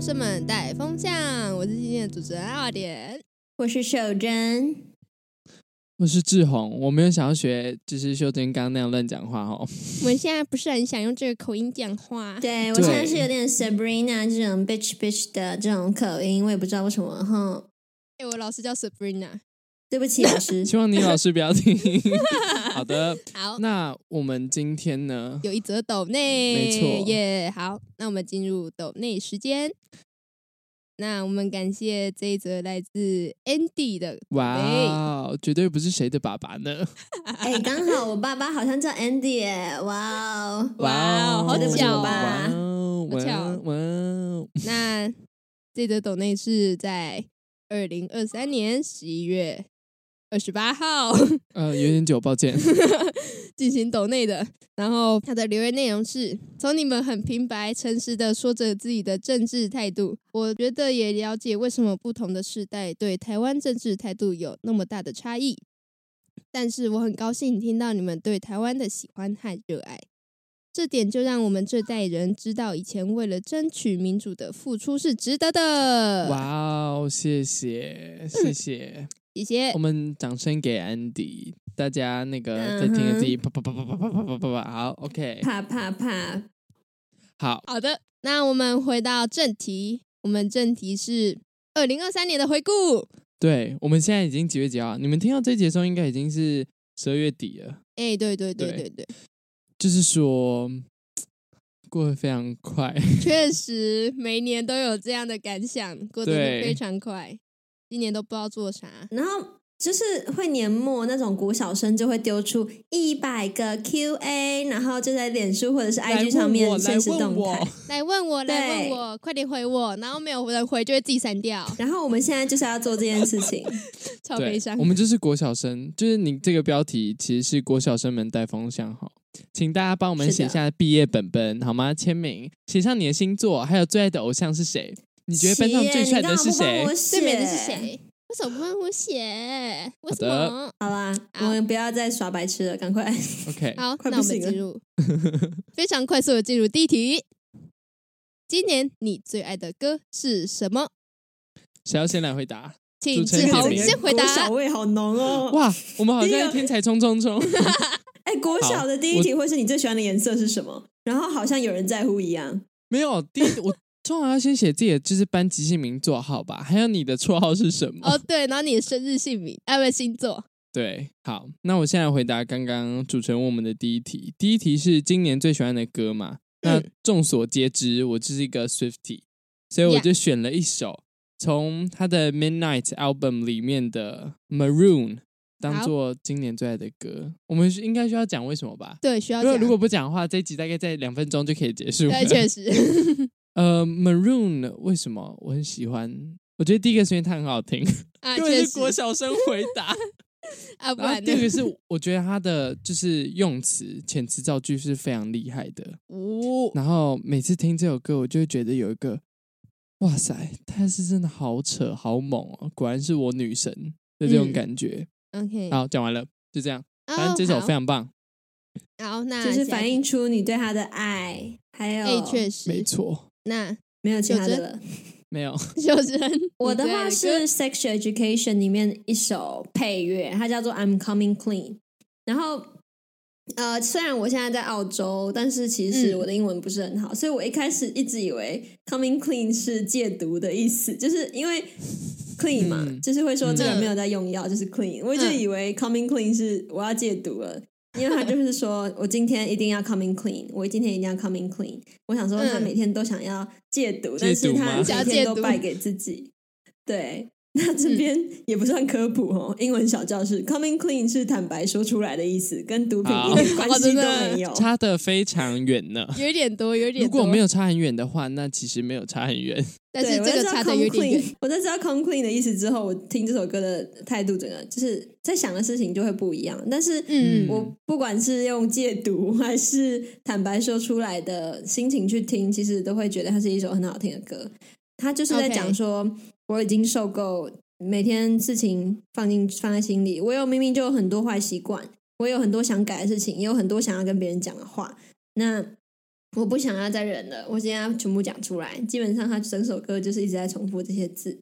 士们带风向，我是今天的主持人二点。我是守贞，我是志宏，我没有想要学，就是秀珍刚刚那样乱讲话哦。我们现在不是很想用这个口音讲话，对我对现在是有点 Sabrina 这种 bitch bitch 的这种口音，我也不知道为什么哈。哎、我老师叫 Sabrina。对不起，老师希望你老师不要听。 好的，好，那我们今天呢？有一则抖内，没错耶、好，那我们进入抖内时间。那我们感谢这一则来自 Andy 的抖内哇哦，绝对不是谁的爸爸呢？哎、刚好我爸爸好像叫 Andy 耶，哇哦，哇哦，好这不是巧我爸哇哦，好哇巧哦哇哦！那这则抖内是在二零二三年十一月二十八号 呃，有点久，抱歉。进行抖内的。然后他的留言内容是：从你们很平白、诚实的说着自己的政治态度，我觉得也了解为什么不同的世代对台湾政治态度有那么大的差异。但是我很高兴听到你们对台湾的喜欢和热爱，这点就让我们这代人知道，以前为了争取民主的付出是值得的。哇哦，谢谢谢谢，谢谢我。们掌声给安迪。大家那个嗯再听个哼自己啪啪啪啪啪啪啪啪啪啪，好，OK，啪啪啪，好，好的，那我们回到正题，我们正题是二零二三年的回顾。对，我们现在已经几月几号啊？你们听到这节的时候，应该已经是十二月底了。哎、对对对对对对，就是说，过得非常快。确实每年都有这样的感想，过得都对非常快。今年都不知道做啥，然后就是会年末那种国小生就会丢出一百个 QA，然后就在脸书或者是 IG 上面来现实问动我，来态问。来问我，来问对我，快点回我，然后没有人回就会自己删掉，然后我们现在就是要做这件 事情，超我。悲对伤，我。们就是国小生，就是你这个标题其实是国小生们带风向哈，请大家帮我们是的写下毕业本本好吗？签名，写上你的星座，还有最爱的偶像是谁？你觉得班上最帅的是奇耶你谁干嘛不帮我？最美的是写谁？为什么不让我写？为什好的么？好啦，我好们不要再耍白痴了，赶 快。 ？OK，好，快那不我们行了进 入非常快速的进入第一题。今年你最爱的歌是什么？谁要先来回答？请主持志人宏点名先 回答。小味好浓哦。哇，哇，我们好第一像个天才冲冲冲！哎，国小的第一好题会是你最喜欢的颜色是什么？然后好像有人在乎一样。没有，第一 我通常要先写自己的就是班级姓名座号吧，还有你的绰号是什么？哦，对，然后你的生日、姓名、啊，不是星座。对，好，那我现在回答刚刚主持人问我们的第一题。第一题是今年最喜欢的歌嘛？那嗯众所皆知，我就是一个 Swifty，所以我 Yeah 就选了一首从他的 Midnight Album 里面的 Maroon 当好做今年最爱的歌。我们是应该需要讲为什么吧？对，需要因为讲。如果不讲的话，这一集大概在两分钟就可以结束了。对，确实，呃，Maroon 为什么我很喜欢？我觉得第一个是因为它很好听，啊， 因为确是国实小生回 答。啊，不然后然第呢二？个是我觉得它的就是用词、遣词造句是非常厉害的。五然后每次听这首歌，我就会觉得有一个，哇塞，他是真的好扯、好猛哦，果然是我女神的这种嗯感觉。 ，OK，好，讲完了，就这样。哦，反正这首好非常棒，好，那就是下反一映出你对他的爱，还有哎，确没实，错，那没有其他的了。没有。秀珍， 我的你最爱歌话是《Sex Education》里面一首配乐，它叫做《I'm Coming Clean》。然后，呃，虽然我现在在澳洲，但是其实嗯我的英文不是很好，所以我一开始一直以为 “coming clean” 是戒毒的意思，就是因为 clean 嘛，嗯就是会说这个人嗯没有在用药，就是 clean。我一直嗯以为 “coming clean” 是我要戒毒了。因为他就是说，我今天一定要 coming clean，我今天一定要 coming clean。我想说，他嗯每天都想要戒毒，戒但是毒他吗每天都败给自己。 对，那嗯这边也不算科普哦。英文小教室，coming clean 是坦白说出来的意思，跟毒品一点关 系都没有。差的非常远呢。有一点多，有一点如果多没，有差很远的话，那其实没有差很远。但是对这我在个知道差的 come 有点 clean- 远，我在知道 “come clean” 的意思之后，我听这首歌的态度，整个就是在想的事情就会不一样。但是，嗯我不管是用戒毒还是坦白说出来的心情去听，其实都会觉得它是一首很好听的歌。它就是在 OK 讲说，我已经受够每天事情放进放在心里，我有明明就有很多坏习惯，我有很多想改的事情，也有很多想要跟别人讲的话。那我不想要再忍了，我今天要全部讲出来。基本上他整首歌就是一直在重复这些字。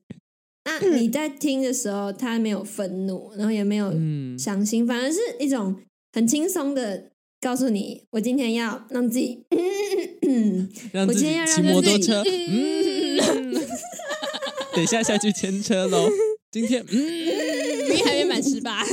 那 你在听的时候，他没有愤怒，然后也没有嗯，伤心，反而是一种很轻松的告诉你，我今天要让 自己，让我自己今天要让骑摩自托己车，嗯， 等一下下去牵车喽。今天，嗯你还没满十八。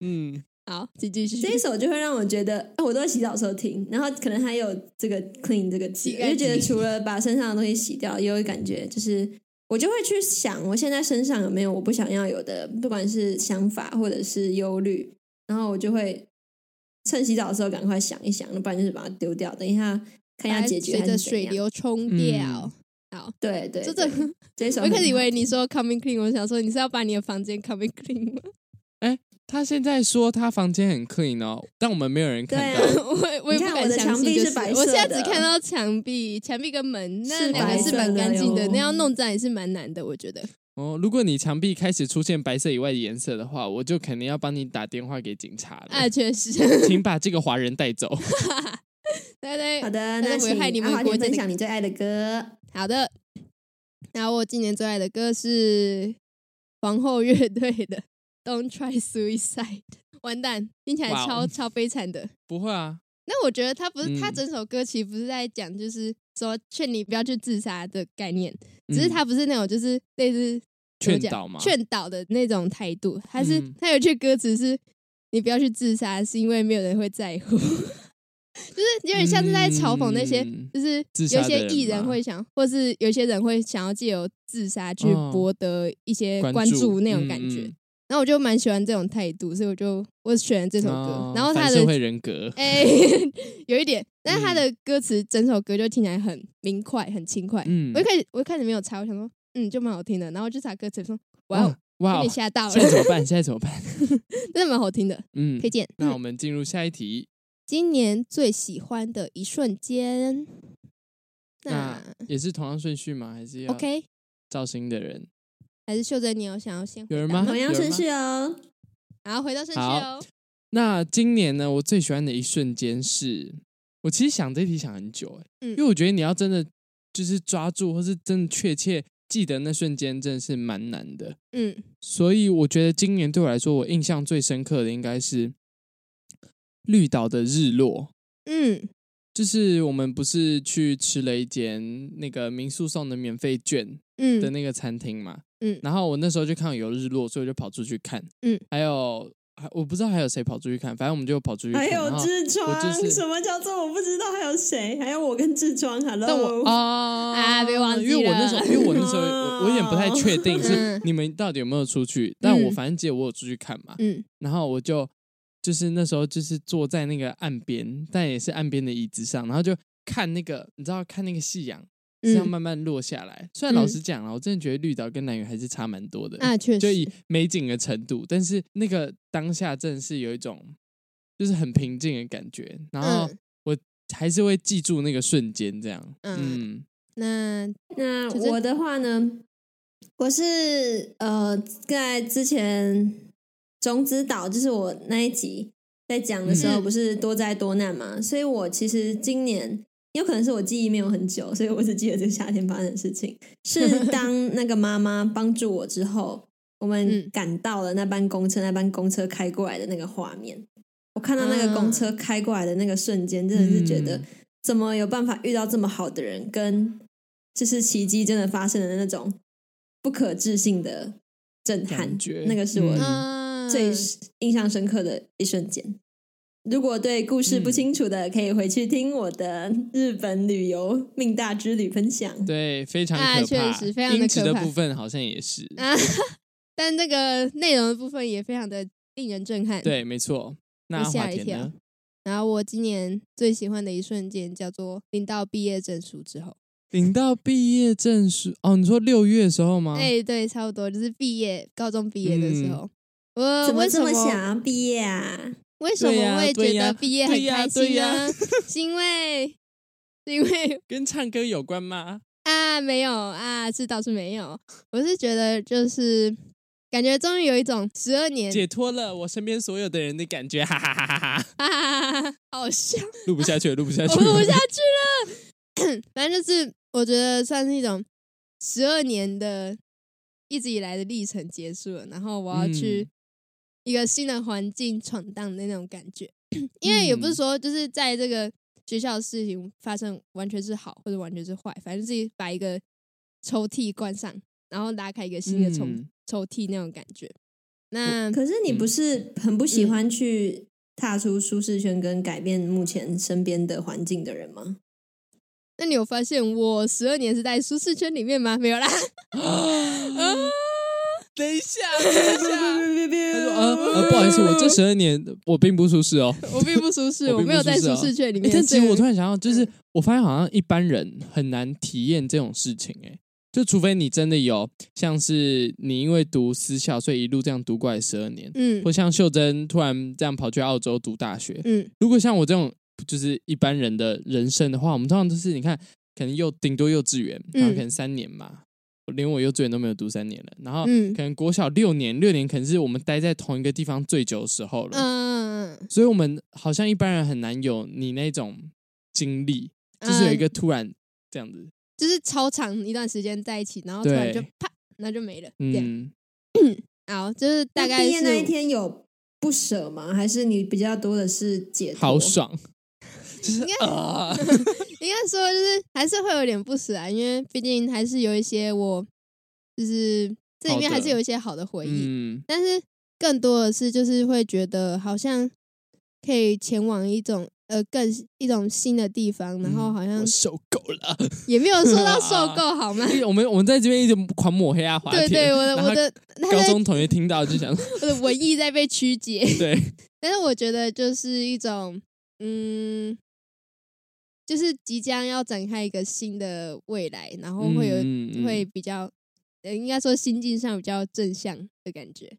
嗯，好，请继续。 这一首就会让我觉得，啊我都在洗澡的时候听，然后可能还有这个 clean 这个字，洗我干就觉得净除了把身上的东西洗掉，也有感觉就是。我就会去想，我现在身上有没有我不想要有的，不管是想法或者是忧虑，然后我就会趁洗澡的时候赶快想一想，不然就是把它丢掉，等一下看一下解决随还着是怎水样。流冲嗯掉。对对，这这对这一 首我一开始很以好为你说 coming clean，我想说你是要把你的房间 coming clean 吗？ 他现在说他房间很 clean 哦，但我们没有人看对到啊。我我也你不看敢我的相墙信，壁就是白我色现在只的看到墙壁、墙壁跟门，那是两白个是色蛮的干净的哟，那要弄脏也是蛮难的，我觉 得。哦，如果你墙壁开始出现白色以外的颜色的话，我就肯定要帮你打电话给警察了，啊，确实，请把这个华人带走。对对，好的，那那危害请你们阿华国家田分的享你最爱的歌。好的。然后我今年最爱的歌是皇后乐队的《Don't Try Suicide》，完蛋，听起来哇哦超超悲惨的。不会啊，那我觉得他不是他嗯整首歌其实不是在讲，就是说劝你不要去自杀的概念，嗯只是他不是那种就是类似怎么劝讲导嘛劝导的那种态度，还是嗯他有一句歌词是“你不要去自杀，是因为没有人会在乎”， 就是有点像是在嘲讽那些嗯就是自有杀的些人艺人嘛会想，或是有些人会想要借由自杀去哦博得一些关注那种感觉。嗯然后我就蛮喜欢这种态度，所以我就我选了这嗯首歌。哦然后他反的社会人格， 哎、有一点，但嗯是他的歌词整首歌就听起来很明快，很轻快。嗯我一开始我一开始没有查，我想说，嗯，就蛮好听的。然后我就查歌词，说，哇哦哇，哇有哦，点吓到了现在，怎么办？现在怎么办？真的蛮好听的，嗯推，荐。那我们进入下一题。 今年最喜欢的一瞬间，那那也是同样顺序吗？还是要 OK，照新的人？还是秀珍，你有想要先回有人答吗同样有人顺吗序哦，好，回到顺序好哦。那今年呢，我最喜欢的一瞬间是，我其实想这题想很久、欸，嗯因为我觉得你要真的就是抓住，或是真的确切记得那瞬间，真的是蛮难的。嗯所以我觉得今年对我来说，我印象最深刻的应该是绿岛的日落。嗯就是我们不是去吃了一间那个民宿送的免费券的嗯那个餐厅嘛，嗯然后我那时候就看到有日落，所以我就跑出去看，嗯，还有还我不知道还有谁跑出去看，反正我们就跑出去看，还有然后痔疮，我就是什么叫做我不知道还有谁？还有我跟痔疮，Hello，但我啊啊别忘记因为我那时候，因为我那 时候了我我有点不太确定是嗯你们到底有没有出去，但我嗯反正记得我有出去看嘛，嗯然后我就就是那时候就是坐在那个岸边，但也是岸边的椅子上，然后就看那个你知道看那个夕阳是要嗯慢慢落下来。虽然老嗯实讲啊，我真的觉得绿岛跟南屿还是差蛮多的，啊，确就实以，美景的程度，但是那个当下真的是有一种就是很平静的感觉，然后嗯我还是会记住那个瞬间这样，嗯嗯那那就是我的话呢，我是呃，在之前种子岛，就是我那一集在讲的时候，嗯不是多灾多难嘛，所以我其实今年有可能是我记忆没有很久，所以我只记得这个夏天发生的事情， 是当那个妈妈帮助我之后，我们嗯赶到了那班公车，那班公车开过来的那个画面。我看到那个公啊车开过来的那个瞬间，真的是觉得嗯怎么有办法遇到这么好的人，跟就是奇迹真的发生的那种不可置信的震撼感觉，那个是我嗯嗯最印象深刻的一瞬间。如果对故事不嗯清楚的，可以回去听我的日本旅游命大之旅分享。对，非常可怕，啊确实非常音的质可的怕部分好像也是，啊， 但那个内容的部分也非常的令人震撼。，对，没错。那被吓华一田跳呢？然后我今年最喜欢的一瞬间叫做领到毕业证书之后，领到毕业证书哦，你说六月的时候吗？哎、对，差不多就是毕业，高中毕业的时嗯候。我怎么呃为什这么想要毕业啊？为什对么呀会对觉呀得毕业很对呀开对心呀呢？ 是因为，是因为跟唱歌有关吗？啊，没有啊，这倒是没有。我是觉得就是感觉终于有一种十二年解脱了我身边所有的人的感觉，哈哈哈哈哈！啊，好好笑，录不下去了，录不 下我去录不了。下去了。 反正就是我觉得算是一种十二年的一直以来的历程结束了，然后我要去嗯一个新的环境闯荡的那种感觉。因为也嗯不是说就是在这个学校的事情发生完全是好或者完全是坏，反正自己把一个抽屉关上，然后拉开一个新的抽、嗯抽屉那种感觉。那可是你不是很不嗯喜欢去踏出舒适圈跟改变目前身边的环境的人 吗？那你有发现我十二年是在舒适圈里面吗？没 有啦， 等一下，等一下。他说：“呃呃呃，不好意思，我这十二年我并不舒适哦。 我并不舒适，我我并不没有在舒适舒啊适圈里欸面。但其实所以我突然想到，就是我发现好像一般人很难体验这种事情、欸，就除非你真的有像是你因为读私校，所以一路这样读过来十二年，嗯或像秀珍突然这样跑去澳洲读大学。嗯如果像我这种就是一般人的人生的话，我们通常都是你看，可能幼顶多幼稚园，然后嗯可能三年嘛，连我幼稚园都没有读三年了，然后嗯可能国小六年，六年可能是我们待在同一个地方最久的时候了，嗯，嗯所以我们好像一般人很难有你那种经历，就是有一个突然这样子，嗯就是超长一段时间在一起，然后突然就对啪，那就没了。这样，嗯，好，就是大概毕业是那一天有不舍吗？还是你比较多的是解脱好爽， 就是啊，应该说就是还是会有点不舍啊，因为毕竟还是有一些我就是这里面好还的是有一些好的回忆，嗯，但是更多的是就是会觉得好像可以前往一种呃更一种新的地方，然后好像嗯我受够了。 也没有说到受够好吗？因为我们我们在这边一直狂抹黑啊，滑对铁，对，我的然后我的他高在中同学听到就想，我的文艺在被曲解。 对，但是我觉得就是一种，嗯，就是即将要展开一个新的未来，然后会有、嗯会比较，呃，应该说心境上比较正向的感觉，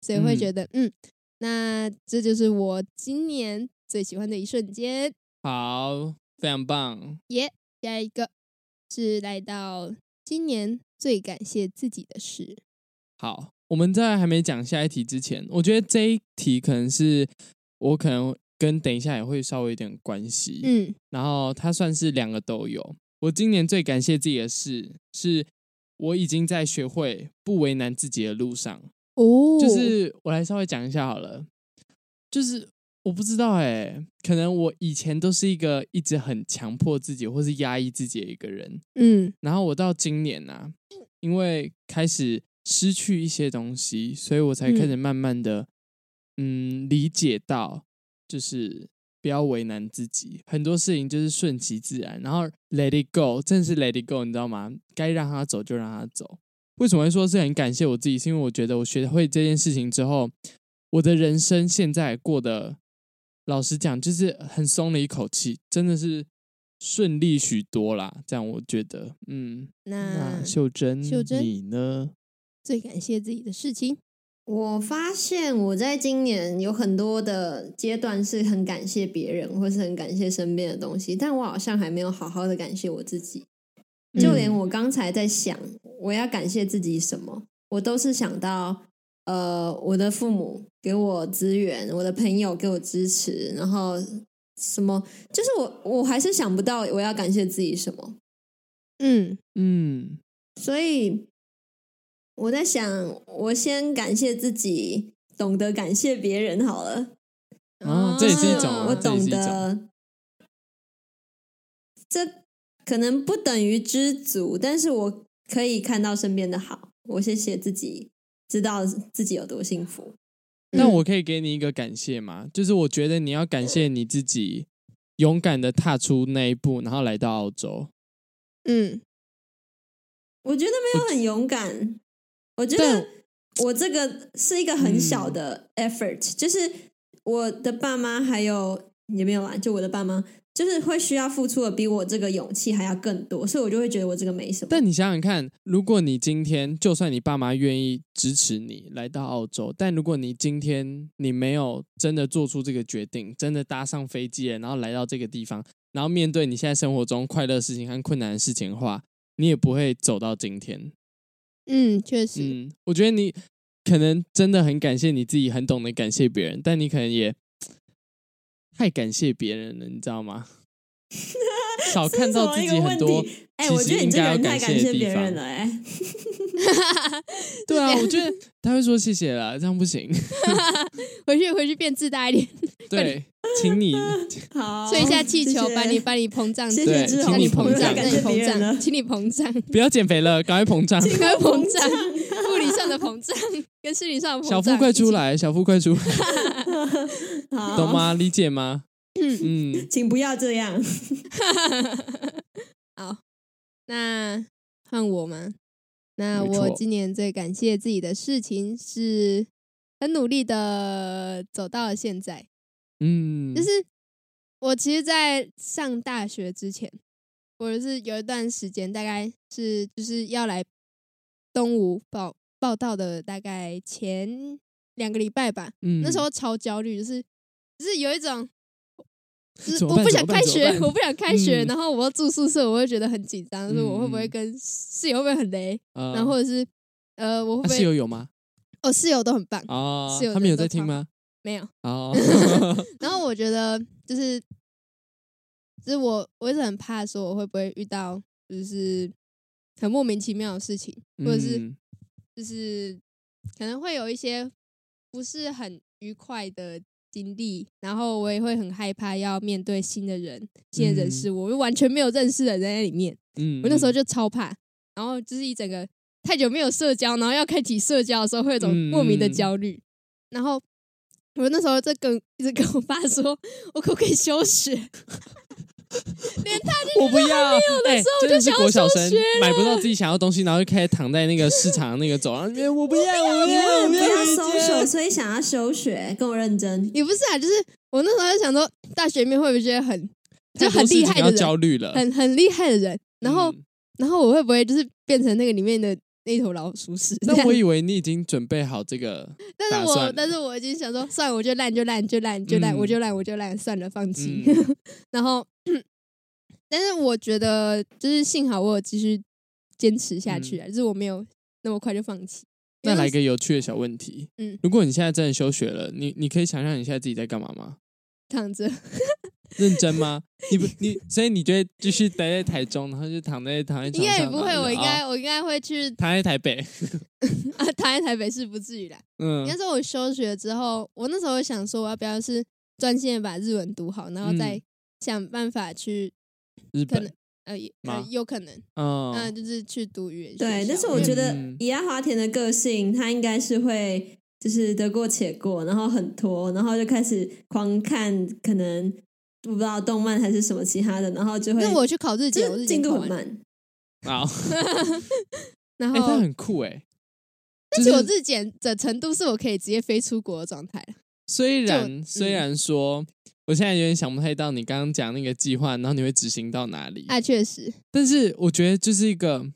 所以会嗯觉得，嗯那这就是我今年最喜欢的一瞬间。好，非常棒，下一个是来到今年最感谢自己的事，好。我们在还没讲下一题之前，我觉得这一题可能是我可能跟等一下也会稍微有点关系，嗯然后它算是两个都有。我今年最感谢自己的事，是我已经在学会不为难自己的路上。哦就是我来稍微讲一下好了，就是我不知道哎、可能我以前都是一个一直很强迫自己或是压抑自己的一个人，嗯然后我到今年啊，因为开始失去一些东西，所以我才开始慢慢的，嗯理解到就是不要为难自己，很多事情就是顺其自然，然后 let it go，真的是 let it go，你知道吗？该让它走就让它走。为什么会说是很感谢我自己？是因为我觉得我学会这件事情之后，我的人生现在过得，老实讲，就是很松了一口气，真的是顺利许多啦。这样我觉得，嗯，那那秀珍，秀珍你呢？最感谢自己的事情，我发现我在今年有很多的阶段是很感谢别人，或是很感谢身边的东西，但我好像还没有好好的感谢我自己。就嗯连我刚才在想我要感谢自己什么，我都是想到呃我的父母给我资源，我的朋友给我支持，然后什么，就是我我还是想不到我要感谢自己什么。嗯嗯所以我在想，我先感谢自己懂得感谢别人好了。啊这也是一种哦我啊这也是懂一种得，这可能不等于知足，但是我可以看到身边的好，我谢谢自己，知道自己有多幸福。那嗯我可以给你一个感谢吗？就是我觉得你要感谢你自己，勇敢的踏出那一步，然后来到澳洲。嗯我觉得没有很勇敢，我觉但嗯得我这个是一个很小的 effort，、就是我的爸妈还有也没有啦，就我的爸妈就是会需要付出的比我这个勇气还要更多，所以我就会觉得我这个没什么。但你想想看，如果你今天就算你爸妈愿意支持你来到澳洲，但如果你今天你没有真的做出这个决定，真的搭上飞机了，然后来到这个地方，然后面对你现在生活中快乐的事情和困难的事情的话，你也不会走到今天。嗯，确实，嗯，我觉得你可能真的很感谢你自己，很懂得感谢别人，但你可能也太感谢别人了，你知道 吗？少看到自己很这是什么多一个问，哎、其我觉实得应你这个该要人太感感的谢地别人方。了、哎， 对啊，我觉得他会说谢谢啦，这样 不行。回去回去变自大一点，对，请你 好，吹一下气球，哦谢谢把 你把你膨胀起谢来，对谢志请宏，让你膨膨胀，胀让感你谢别膨人了胀，，请你膨 胀，不要减肥了，赶快膨 胀。赶快膨胀胀，物理上的膨胀跟心理上的膨胀，小腹快出来，小腹 快出来， 好，懂？吗？理解吗？嗯，请不要这样。好，那换我吗？那没我错今年最感谢自己的事情是，很努力的走到了现在。嗯，就是我其实，在上大学之前，我是有一段时间，大概是就是要来东吴报报道的，大概前两个礼拜吧。嗯那时候超焦虑，就是就是有一种，就是怎么我办不想怎么办开怎么学，办我不想开学，嗯然后我要住宿舍，我会觉得很紧张，就是我会不会嗯嗯跟室友会不会很雷，呃然后或者是呃，我会啊不室会友有吗？哦室友都很棒，哦室友，他们有的都在听超吗？没有。 哦，然后我觉得就是，就是我我一直很怕说我会不会遇到就是很莫名其妙的事情，或者是嗯就是可能会有一些不是很愉快的经历，然后我也会很害怕要面对新的人、新的人事物，我就完全没有认识的人在里面，嗯我那时候嗯就超怕，然后就是一整个太久没有社交，然后要开启社交的时候，会有一种嗯莫名的嗯焦虑。然后我那时候在跟一直跟我爸说，我可不可以休学？我不要，哎， 候我就真的是想要国小休生学买不到自己想要的东西，然后就开始躺在那个市场那个走廊里面，我不要，我不因要，为哎 我不要回收家手，所以想要休学，跟我认真。也不是啊，就是我那时候就想说，大学里面会不会觉得很就太多很厉事害情的要人焦虑了。很很厉害的人？然后、呃嗯然后我会不会就是变成那个里面的那头老鼠屎这样？ 那我以为你已经准备好这 个，但打是我算但是我已经想说，算了，我就烂就烂就烂就烂，嗯我就烂我就烂，算了，放弃。嗯 然后，但是我觉得就是幸好我有继续坚持下去啊，就是我没有那么快就放弃。嗯那来因为个有趣的小问题。嗯如果你现在真的休学了，你你可以想象你现在自己在干嘛吗？躺着， 认真吗？你不你，所以你就会继续待在台中，然后就躺在躺在应床上。该也不会，然后我就应该、哦我应该会去 躺在台北。啊，躺在台北市不至于啦。应嗯该说我休学之后，我那时候想说我要不要是专心的把日文读好，然后再嗯想办法去日可本能。呃也呃吗有可能，嗯、嗯，就是去读语言学校。对，但是因我为觉得嗯以阿华田的个性，他应该是会就是得过且过，然后很拖，然后就开始狂看，可能不知道动漫还是什么其他的，然后就会因为我去考日检，就我是日进检考度很完了，慢。好，然哎、他后很酷哎、但是就我是日检的程度是我可以直接飞出国的状态。虽然嗯虽然说，我现在有点想不太到你刚刚讲那个计划，然后你会执行到哪里。啊，确实，但是我觉得就是一个，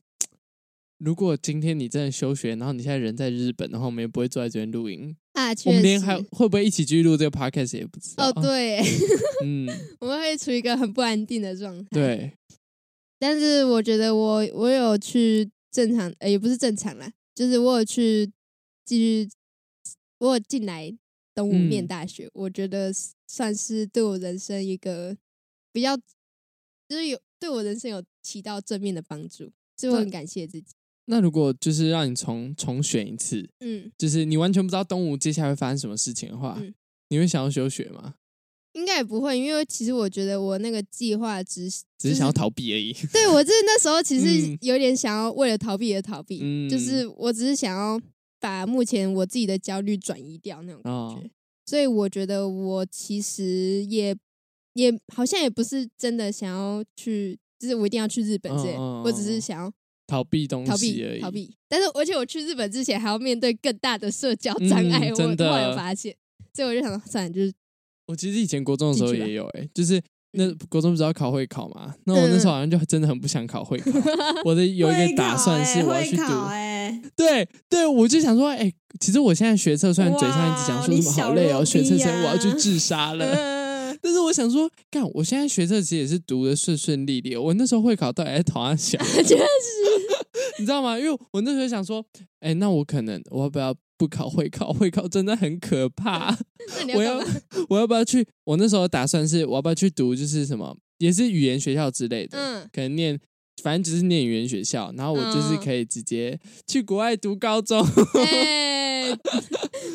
如果今天你真的休学，然后你现在人在日本的话，我们也不会坐在这边录音，啊，我确们连实。还会不会一起去录这个 podcast 也不知道。哦，，对， 嗯，我们会处于一个很不安定的状态。，对，但是我觉得我我有去正常，呃，也不是正常啦，就是我有去继续，我有进来东吴嗯面大学，我觉得算是对我人生一个比较，就是有对我人生有起到正面的帮助，所以我很感谢自己。那如果就是让你重重选一次，嗯，就是你完全不知道东吴接下来会发生什么事情的话，嗯你会想要休学吗？应该也不会，因为其实我觉得我那个计划只是只是想要逃避而已。对我就是那时候其实嗯有点想要为了逃避而逃避，嗯就是我只是想要把目前我自己的焦虑转移掉那种感觉，哦所以我觉得我其实也也好像也不是真的想要去，就是我一定要去日本之类，嗯嗯嗯我只是想要逃避东逃西而避已。逃避。但是而且我去日本之前还要面对更大的社交障碍，嗯我真的后来有发现，所以我就想说算了，就是 我其实以前国中的时候进去吧嗯也有、欸，哎，就是那国中不是要考会考嘛？ 那我那时候好像就真的很不想考会考，我的有一会个打考算欸是我要去会读。考哎，对对，我就想说，哎、其实我现在学测虽然嘴上一直讲哇说你什么好小累弱哦，学测逼生我要去啊自杀了。 嗯但是我想说，干，我现在学测其实也是读的顺顺利利哦的。我那时候会考到底在讨厌小， 确实你知道吗？因为我那时候想说，哎、那我可能我要不要不考会考，会考真的很可怕。那你我干要嘛？我要不要去？我那时候打算是我要不要去读，就是什么，也是语言学校之类的，嗯可能念，反正只是念语言学校，然后我就是嗯可以直接去国外读高中， 哎，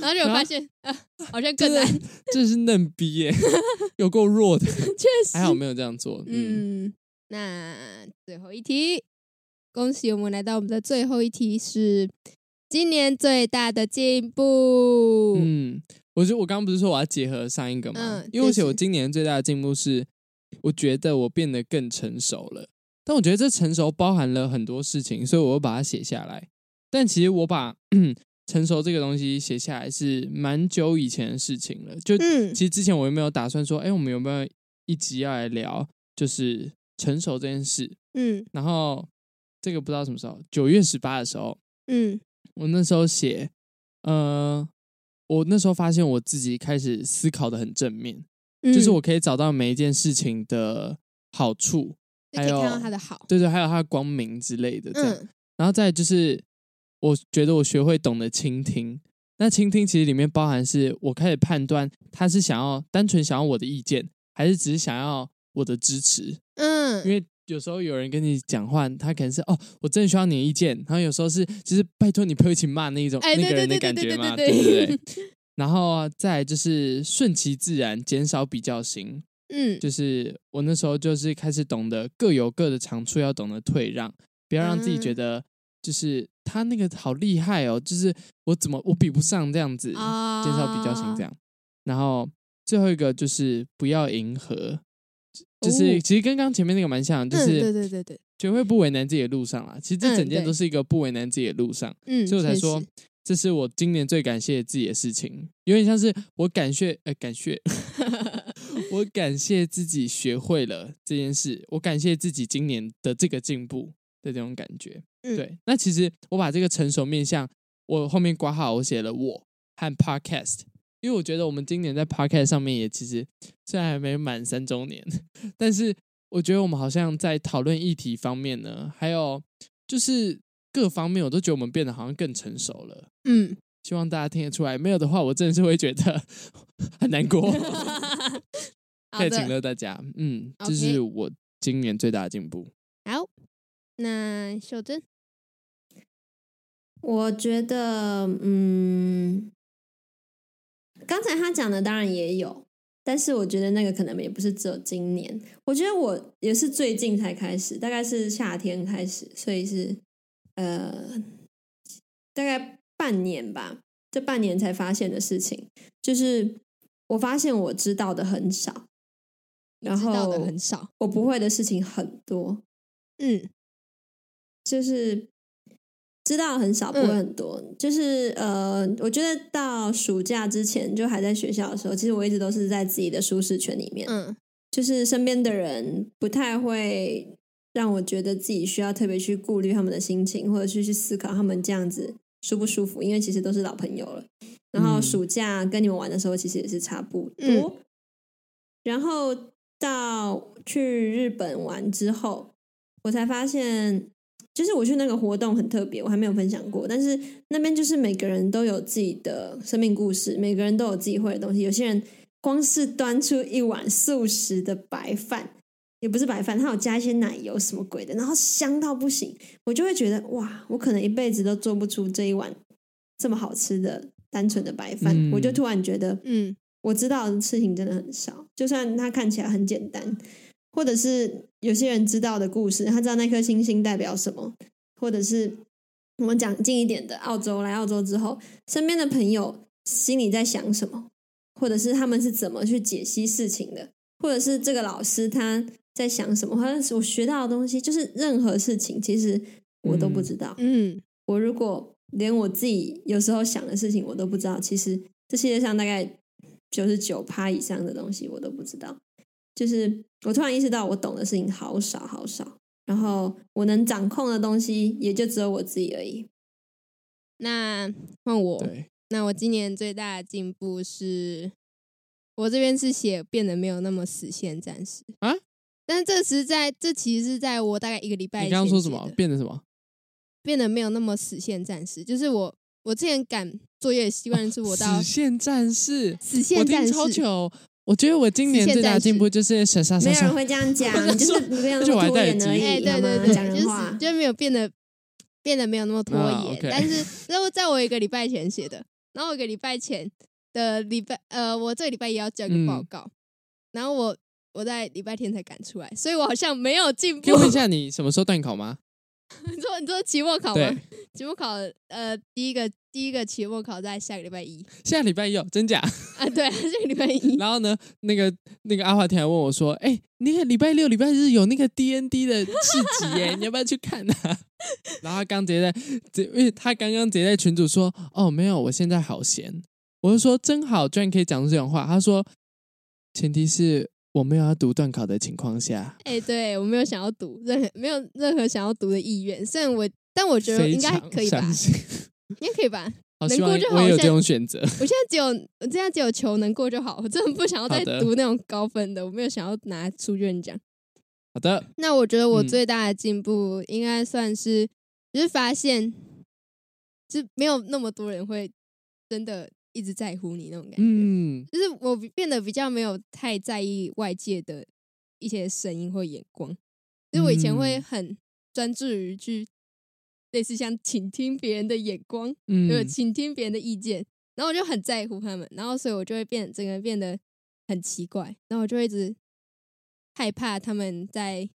然后就有发现，啊，好像更难，这是 嫩逼耶， 有够弱的，确实还。好没有这样做。嗯，嗯，那最后一题，恭喜我们来到我们的最后一题是今年最大的进步。嗯，我觉得我刚刚不是说我要结合上一个吗？嗯因为我就觉是得我今年最大的进步是，我觉得我变得更成熟了。但我觉得这成熟包含了很多事情，所以我又把它写下来。但其实我把 成熟这个东西写下来是蛮久以前的事情了。就、嗯其实之前我也没有打算说，哎、我们有没有一集要来聊就是成熟这件事？嗯然后这个不知道什么时候，九月十八的时候，嗯我那时候写，呃，我那时候发现我自己开始思考的很正面，嗯，就是我可以找到每一件事情的好处，就可以还有看到他的好。对对，还有它的光明之类的这样。嗯然后再来就是，我觉得我学会懂得倾听。那倾听其实里面包含是我开始判断他是想要单纯想要我的意见，还是只是想要我的支持。因嗯为有时候有人跟你讲话，他可能是哦，我真的需要你的意见，然后有时候是就是拜托你陪我一起骂那一种、哎那个对人对对的感对觉嘛，对不对 对？然后啊再来就是顺其自然，减少比较心。嗯，就是我那时候就是开始懂得各有各的长处，要懂得退让，不要让自己觉嗯得就是他那个好厉害哦，就是我怎么我比不上这样子，啊，减少比较心这样。然后最后一个就是不要迎合，就是、哦其实跟刚前面那个蛮像，就嗯，对是对对对，学会不为难自己的路上啦。其实嗯这整件对都是一个不为难自己的路上，嗯，所以我才确说实这是我今年最感谢自己的事情，有点像是我感谢呃感谢 我感谢自己学会了这件事，我感谢自己今年的这个进步的这种感觉。嗯对，那其实我把这个成熟面向，我后面挂号我写了我和 podcast，因为我觉得我们今年在 podcast 上面也其实虽然还没满三周年， 但是我觉得我们好像在讨论议题方面呢，还有就是各方面，我都觉得我们变得好像更成熟了。 嗯， 希望大家听得出来，没有的话，我真的是会觉得 很难过。 好可以请的，乐大家，嗯， OK 这是我今年最大的进步。好，那秀珍，我觉得，嗯，刚才他讲的当然也有，但是我觉得那个可能也不是只有今年。我觉得我也是最近才开始，大概是夏天开始，所以是呃，大概半年吧，这半年才发现的事情，就是我发现我知道的很少，你然知道的后很少，我不会的事情很多。嗯就是知道很少，不嗯会很多。就是呃，我觉得到暑假之前，就还在学校的时候，其实我一直都是在自己的舒适圈里面，嗯就是身边的人不太会让我觉得自己需要特别去顾虑他们的心情，或者是去思考他们这样子舒不舒服，因为其实都是老朋友了。然后嗯暑假跟你们玩的时候，其实也是差不多。嗯然后到去日本玩之后，我才发现，就是我去那个活动很特别，我还没有分享过。但是那边就是每个人都有自己的生命故事，每个人都有自己会的东西。有些人光是端出一碗素食的白饭，也不是白饭，它有加一些奶油什么鬼的，然后香到不行，我就会觉得哇，我可能一辈子都做不出这一碗这么好吃的单纯的白饭。嗯我就突然觉得，嗯我知道的事情真的很少，就算它看起来很简单，或者是有些人知道的故事，他知道那颗星星代表什么，或者是我们讲近一点的，澳洲来澳洲之后，身边的朋友心里在想什么，或者是他们是怎么去解析事情的，或者是这个老师他在想什么，或者是我学到的东西，就是任何事情，其实我都不知道。嗯我如果连我自己有时候想的事情我都不知道，其实这世界上大概九十九趴以上的东西我都不知道。就是我突然意识到，我懂的事情好少好少，然后我能掌控的东西也就只有我自己而已。那换我，对，那我今年最大的进步是，我这边是写变得没有那么死线，暂时啊。但是这实在，这其实是在我大概一个礼拜你前刚刚说什写么的？变成什么？变得没有那么死线，暂时就是我我之前赶作业的习惯是我到死线战士，死哦我线战听士，超久。我觉得我今年最大的进步就是傻傻没傻有人傻，会这样讲，啊我你就是不要那么拖延而哎、已，对好对吗对，讲就人话是，就没有变得变得没有那么拖延。啊，OK 但是，那我在我一个礼拜前写的，然后我一个礼拜前的礼拜，呃，我这个礼拜也要交一个报嗯告，然后我我在礼拜天才赶出来，所以我好像没有进步。给我问一下你什么时候断考吗？ 你说你说期末考对吗？，期末考，呃，第一个第一个期末考在下个礼拜一下礼拜一有哦真假？啊，对， 下个礼拜一。然后呢，那个那个阿华田还问我说：“哎、那个礼拜六、礼拜日有那个 D N D 的市集耶，你 要不要去看啊？” 然后他刚直接在，直因为他刚刚直接在群主说：“哦，没有，我现在好闲。”我就说：“真好，居然可以讲这种话。”他说：“前提是我没有要读段考的情况下，哎、对我没有想要读任何没有任何想要读的意愿，虽然我但我觉得非应该常可以吧，相信。 应该可以吧。好能希望过就好我也有现在这种选择。我现在只有我现在只有求能过就好，我真的不想要再好的读那种高分的，我没有想要拿出卷奖。好的，那我觉得我嗯最大的进步应该算是，就是发现，就是没有那么多人会真的一直在乎你那种感觉，嗯，就是我变得比较没有太在意外界的一些声音或眼光，就是我以前会嗯很专注于去类似像倾听别人的眼光，就是嗯，倾听别人的意见，然后我就很在乎他们，然后所以我就会变整个变得很奇怪，然后我就会一直害怕他们在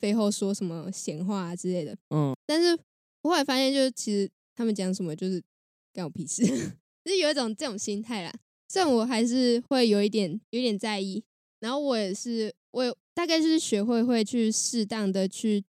背后说什么闲话啊之类的。嗯，但是我后来发现，就是其实他们讲什么就是干我屁事， 就是有一种这种心态啦。虽然我还是会有一点有点在意，然后我也是我也大概就是学会会去适当的去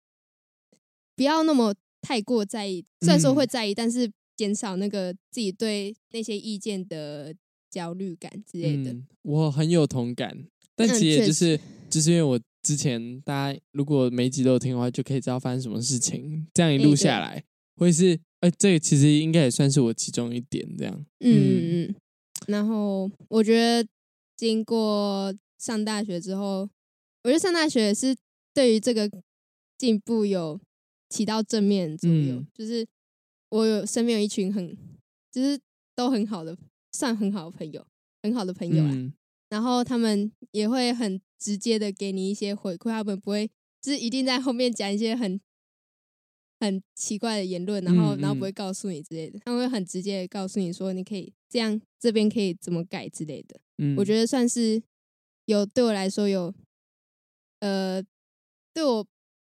不要那么太过在意，虽然说嗯会在意，但是减少那个自己对那些意见的焦虑感之类的。嗯，我很有同感，但嗯其实也确就是、就是因为我之前大家如果每一集都有听的话，就可以知道发生什么事情，这样一哎路对下来，会是哎、这个其实应该也算是我其中一点这样。嗯嗯嗯。然后我觉得经过上大学之后，我觉得上大学是对于这个进步有起到正面的作用，嗯就是我有身边有一群很就是都很好的，算很好的朋友，很好的朋友啦。啊嗯，然后他们也会很直接的给你一些回馈，他们不会就是一定在后面讲一些很很奇怪的言论，然后嗯然后不嗯会告诉你之类的，他们会很直接的告诉你说你可以这样，这边可以怎么改之类的。嗯我觉得算是有对我来说有呃对我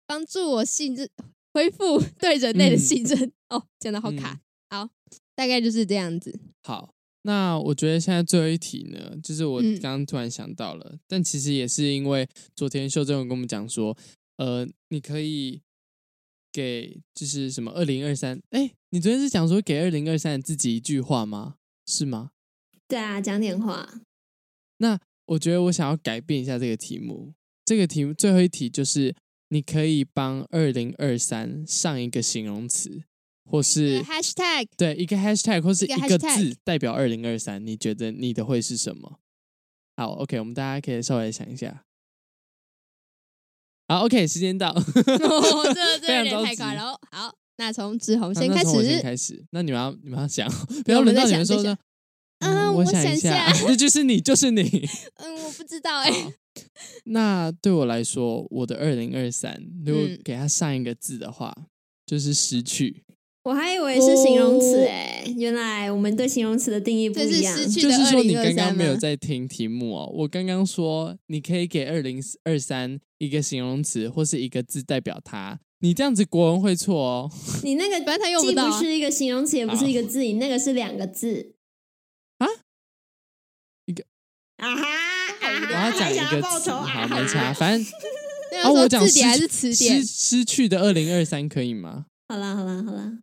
帮助我信任恢复对人类的嗯信任。哦，讲的好卡，好，大概就是这样子。好，那我觉得现在最后一题呢，就是我嗯刚刚突然想到了，但其实也是因为昨天秀珍有跟我们讲说，呃，你可以给就是什么二零二三，哎，你昨天是讲说给二零二三自己一句话吗？是吗？对啊，讲点话，那我觉得我想要改变一下这个题目，这个题目最后一题就是你可以帮二零二三上一个形容词，或是 hashtag 对，一个 hashtag 或是嗯一一个个 hashtag 字代表二零二三，你觉得你的会是什么？好，OK，我们大家可以稍微想一下。好，OK，时间到。哦，这非这有常点着太急快了哦。好，那从志宏好先那开从我先始。开始。那你们要你们要想，不对要我轮们到在你们想说在呢。嗯我我一想一下，下 那就是你，就是你。嗯，我不知道哎、那对我来说，我的二零二三，如果嗯给它上一个字的话，就是失去，我还以为是形容词哦哎、原来我们对形容词的定义不这一是样。失去就的是二说你零二刚刚三没有吗？在听题目哦。我刚刚说你可以给二零二三一个形容词或是一个字代表它，你这样子国文会错哦。你那个反正他用不既到不啊、是一个形容词，也不好是一个字，你那个是两个字啊？一个啊哈！啊我哈要讲还一想要个报词，仇啊好，哈没差，反正那啊，要我说讲字失典还去是 词典失？失去的二零二三可以吗？好啦好啦好啦，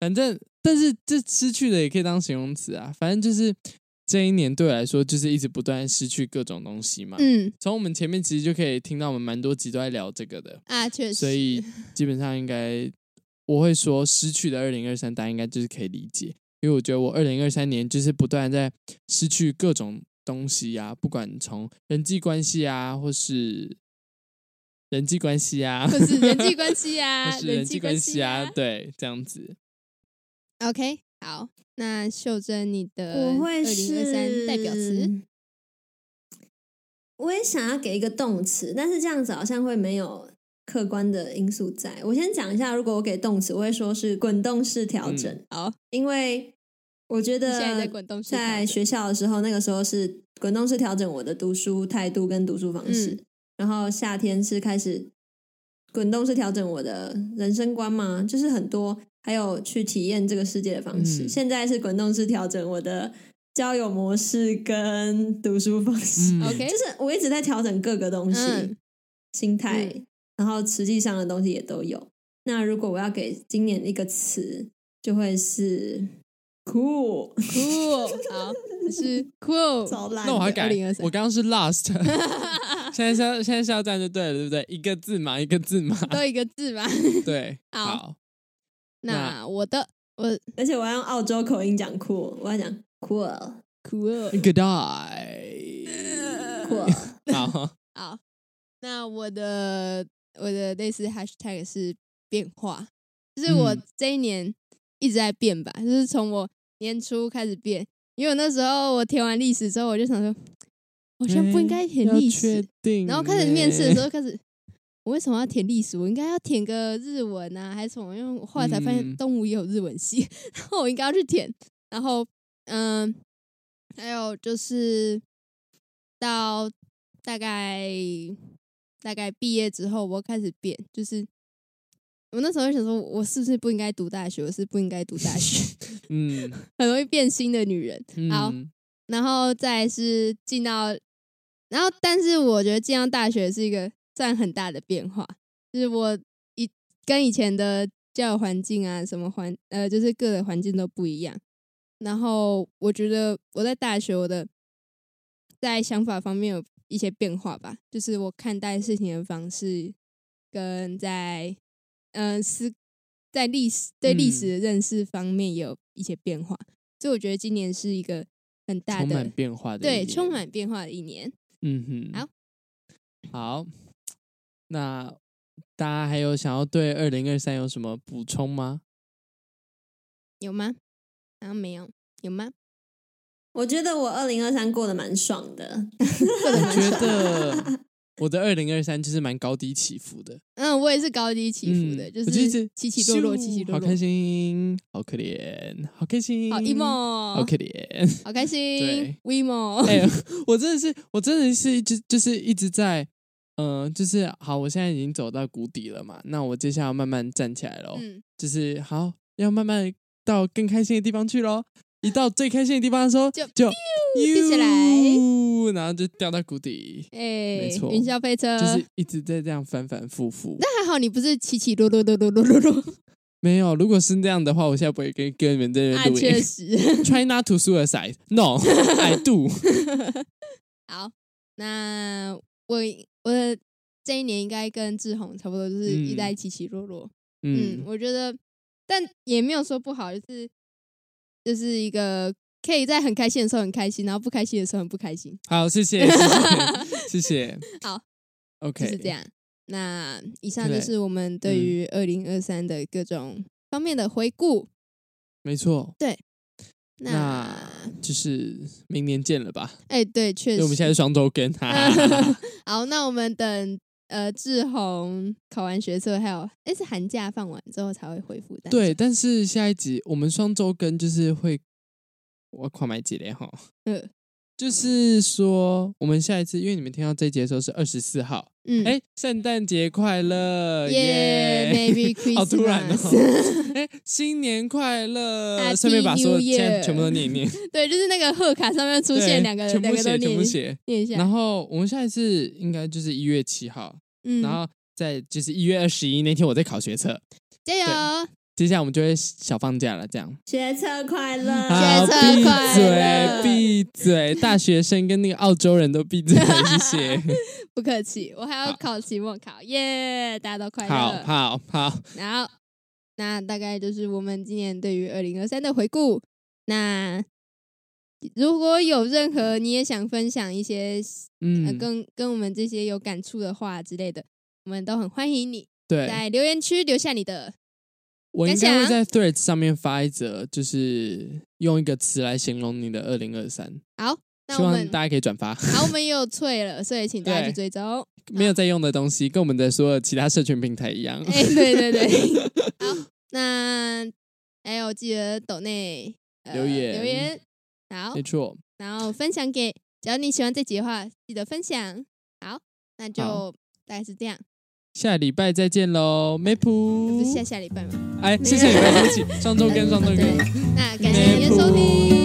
反正，但是这失去的也可以当形容词啊。反正就是这一年对我来说，就是一直不断失去各种东西嘛。嗯从我们前面其实就可以听到，我们蛮多集都在聊这个的，啊，确实。 所以基本上应该我会说失去的二零二三，大家应该就是可以理解，因为我觉得我二零二三年就是不断在失去各种东西啊，不管从人际关系啊，或是人际关系啊，或 是人际关系啊， 或是人际际关系系啊，对，这样子。 OK，好，那秀珍，你的我会呃二是零二三代表词，。我也想要给一个动词，但是这样子好像会没有客观的因素在。我先讲一下，如果我给动词，我会说是滚动式调整，好，因为我觉嗯你得现在在滚动式调整在学校的时候，那个时候是滚动式调整我的读书态度跟读书方式，嗯然后夏天是开始滚动式调整我的人生观嘛，就是很多还有去体验这个世界的方式。嗯现在是滚动式调整我的交友模式跟读书方式，嗯 OK 就是我一直在调整各个东西，嗯心态，嗯然后实际上的东西也都有。那如果我要给今年一个词，就会是 cool。 cool，好， 是 cool，超烂哦那的。我还改2023，我刚刚是 last，现在是要现在是要这样就对了，对不对？一个字嘛，一个字嘛，都一个字 吧。对，好好，那我的我而且我要用澳洲口音讲 cool，我要讲 cool cool， goodbye， cool。好， 好，那我的我的类似 hashtag 是变化，就是我嗯这一年一直在变吧，就是从我年初开始变，因为我那时候我填完历史之后，我就想说， 好好像不应该填历史，，然后开始面试的时候，候开始，我为什么要填历史？我应该要填个日文啊，还是什么？因为我后来才发现嗯东吴也有日文系，然后我应该要去填。然后，嗯，还有就是到大概大概毕业之后，我开始变，就是我那时候就想说，我是不是不应该读大学？我是不应该读大学， 嗯，很容易变心的女人。嗯好然后再来是进到，然后但是我觉得进到大学是一个占很大的变化，就是我以跟以前的教育环境啊，什么环呃，就是各个环境都不一样。然后我觉得我在大学我的在想法方面有一些变化吧，就是我看待事情的方式跟在嗯、呃、思在历史对历史的认识方面也有一些变化，所以我觉得今年是一个很大充满的变化的，对充，满变化的一年。嗯哼，好，好，那大家还有想要对二零二三有什么补充吗？有吗？然后没有，有吗？我觉得我二零二三过得蛮爽的，过得我蛮觉爽得 我的二零二三就是蛮高低起伏的，嗯，我也是高低起伏的，嗯就我一是直起起落落，咻起起落好落开，心，好可怜，好开心，好 emo，哦好可怜。好开心对，emo， 哎、我真的是，我真的是就就是一直在，嗯、就是好，我现在已经走到谷底了嘛，那我接下来要慢慢站起来喽，嗯，就是好，要慢慢到更开心的地方去喽。一到最开心的地方的时候，就就飞起来来，然后就掉到谷底，哎，没错云霄飞车，就是一直在这样反反复复。那还好，你不是起起落落落落落落落没有，如果是那样的话，我现在不会跟跟你们在啊这，边录音。确实。Try not to suicide. No, I do. 好，那我我的这一年应该跟志宏差不多，就是嗯一直在起起落落。嗯，嗯，我觉得，但也没有说不好，就是就是一个可以在很开心的时候很开心，然后不开心的时候很不开心，好，谢谢，谢谢，谢谢。好就，OK，是这。样。那以上就对嗯是我们对于二零二三的各种方面的回顾。没错，那就是明年见了吧？哎、对，确因实，为我们现在是啊双 周更，哈哈 哈哈好，那我们等呃志宏考完学测，还有哎是寒假放完之后才会回复大家。对。但是下一集我们双周更就是会，我快买几连哈。嗯就是说，我们下一次，因为你们听到这一集的时候是二十四号，嗯，哎、圣诞节快乐，耶耶，Merry 好突然嗯 Christmas，哦！哎，新年快乐！ Happy 顺便把 New 所有 Year 现在全部都念一念，对，就是那个贺卡上面出对现两个，全两部个都写，全部念写。念一下然，后我们下一次应该就是一月七号，嗯，然后在就是一月二十一那天我在考学测，加油，接下来我们就会小放假了，这样。学测快乐，嗯学好，测啊闭快乐嘴，闭嘴！大学生跟那个澳洲人都闭嘴，谢谢。不客气，我还要好考期末考，耶，大家都 快好乐。好好，然后，那大概就是我们今年对于二零二三的回顾。那如果有任何你也想分享一些呃，嗯，跟跟我们这些有感触的话之类的，我们都很欢迎你对，在留言区留下你的我应感该会想在 Threads 上面发一则，就是用一个词来形容你的二零二三，好，那希我望们大家可以转发。 好，我们也有脆了，所以请大家去对追踪。没有在用的东西，跟我们的所有其他社群平台一样。 哎、对对对，好，那还有记得抖内、呃留言留言，好没，错，然后分享给，只要你喜欢这集的话，记得分享。好，那就好大概是这样，下礼拜再见喽不是下，Map。下礼拜吗？哎，谢谢礼拜，对不起，上周跟上周对跟。，那感谢您的收听。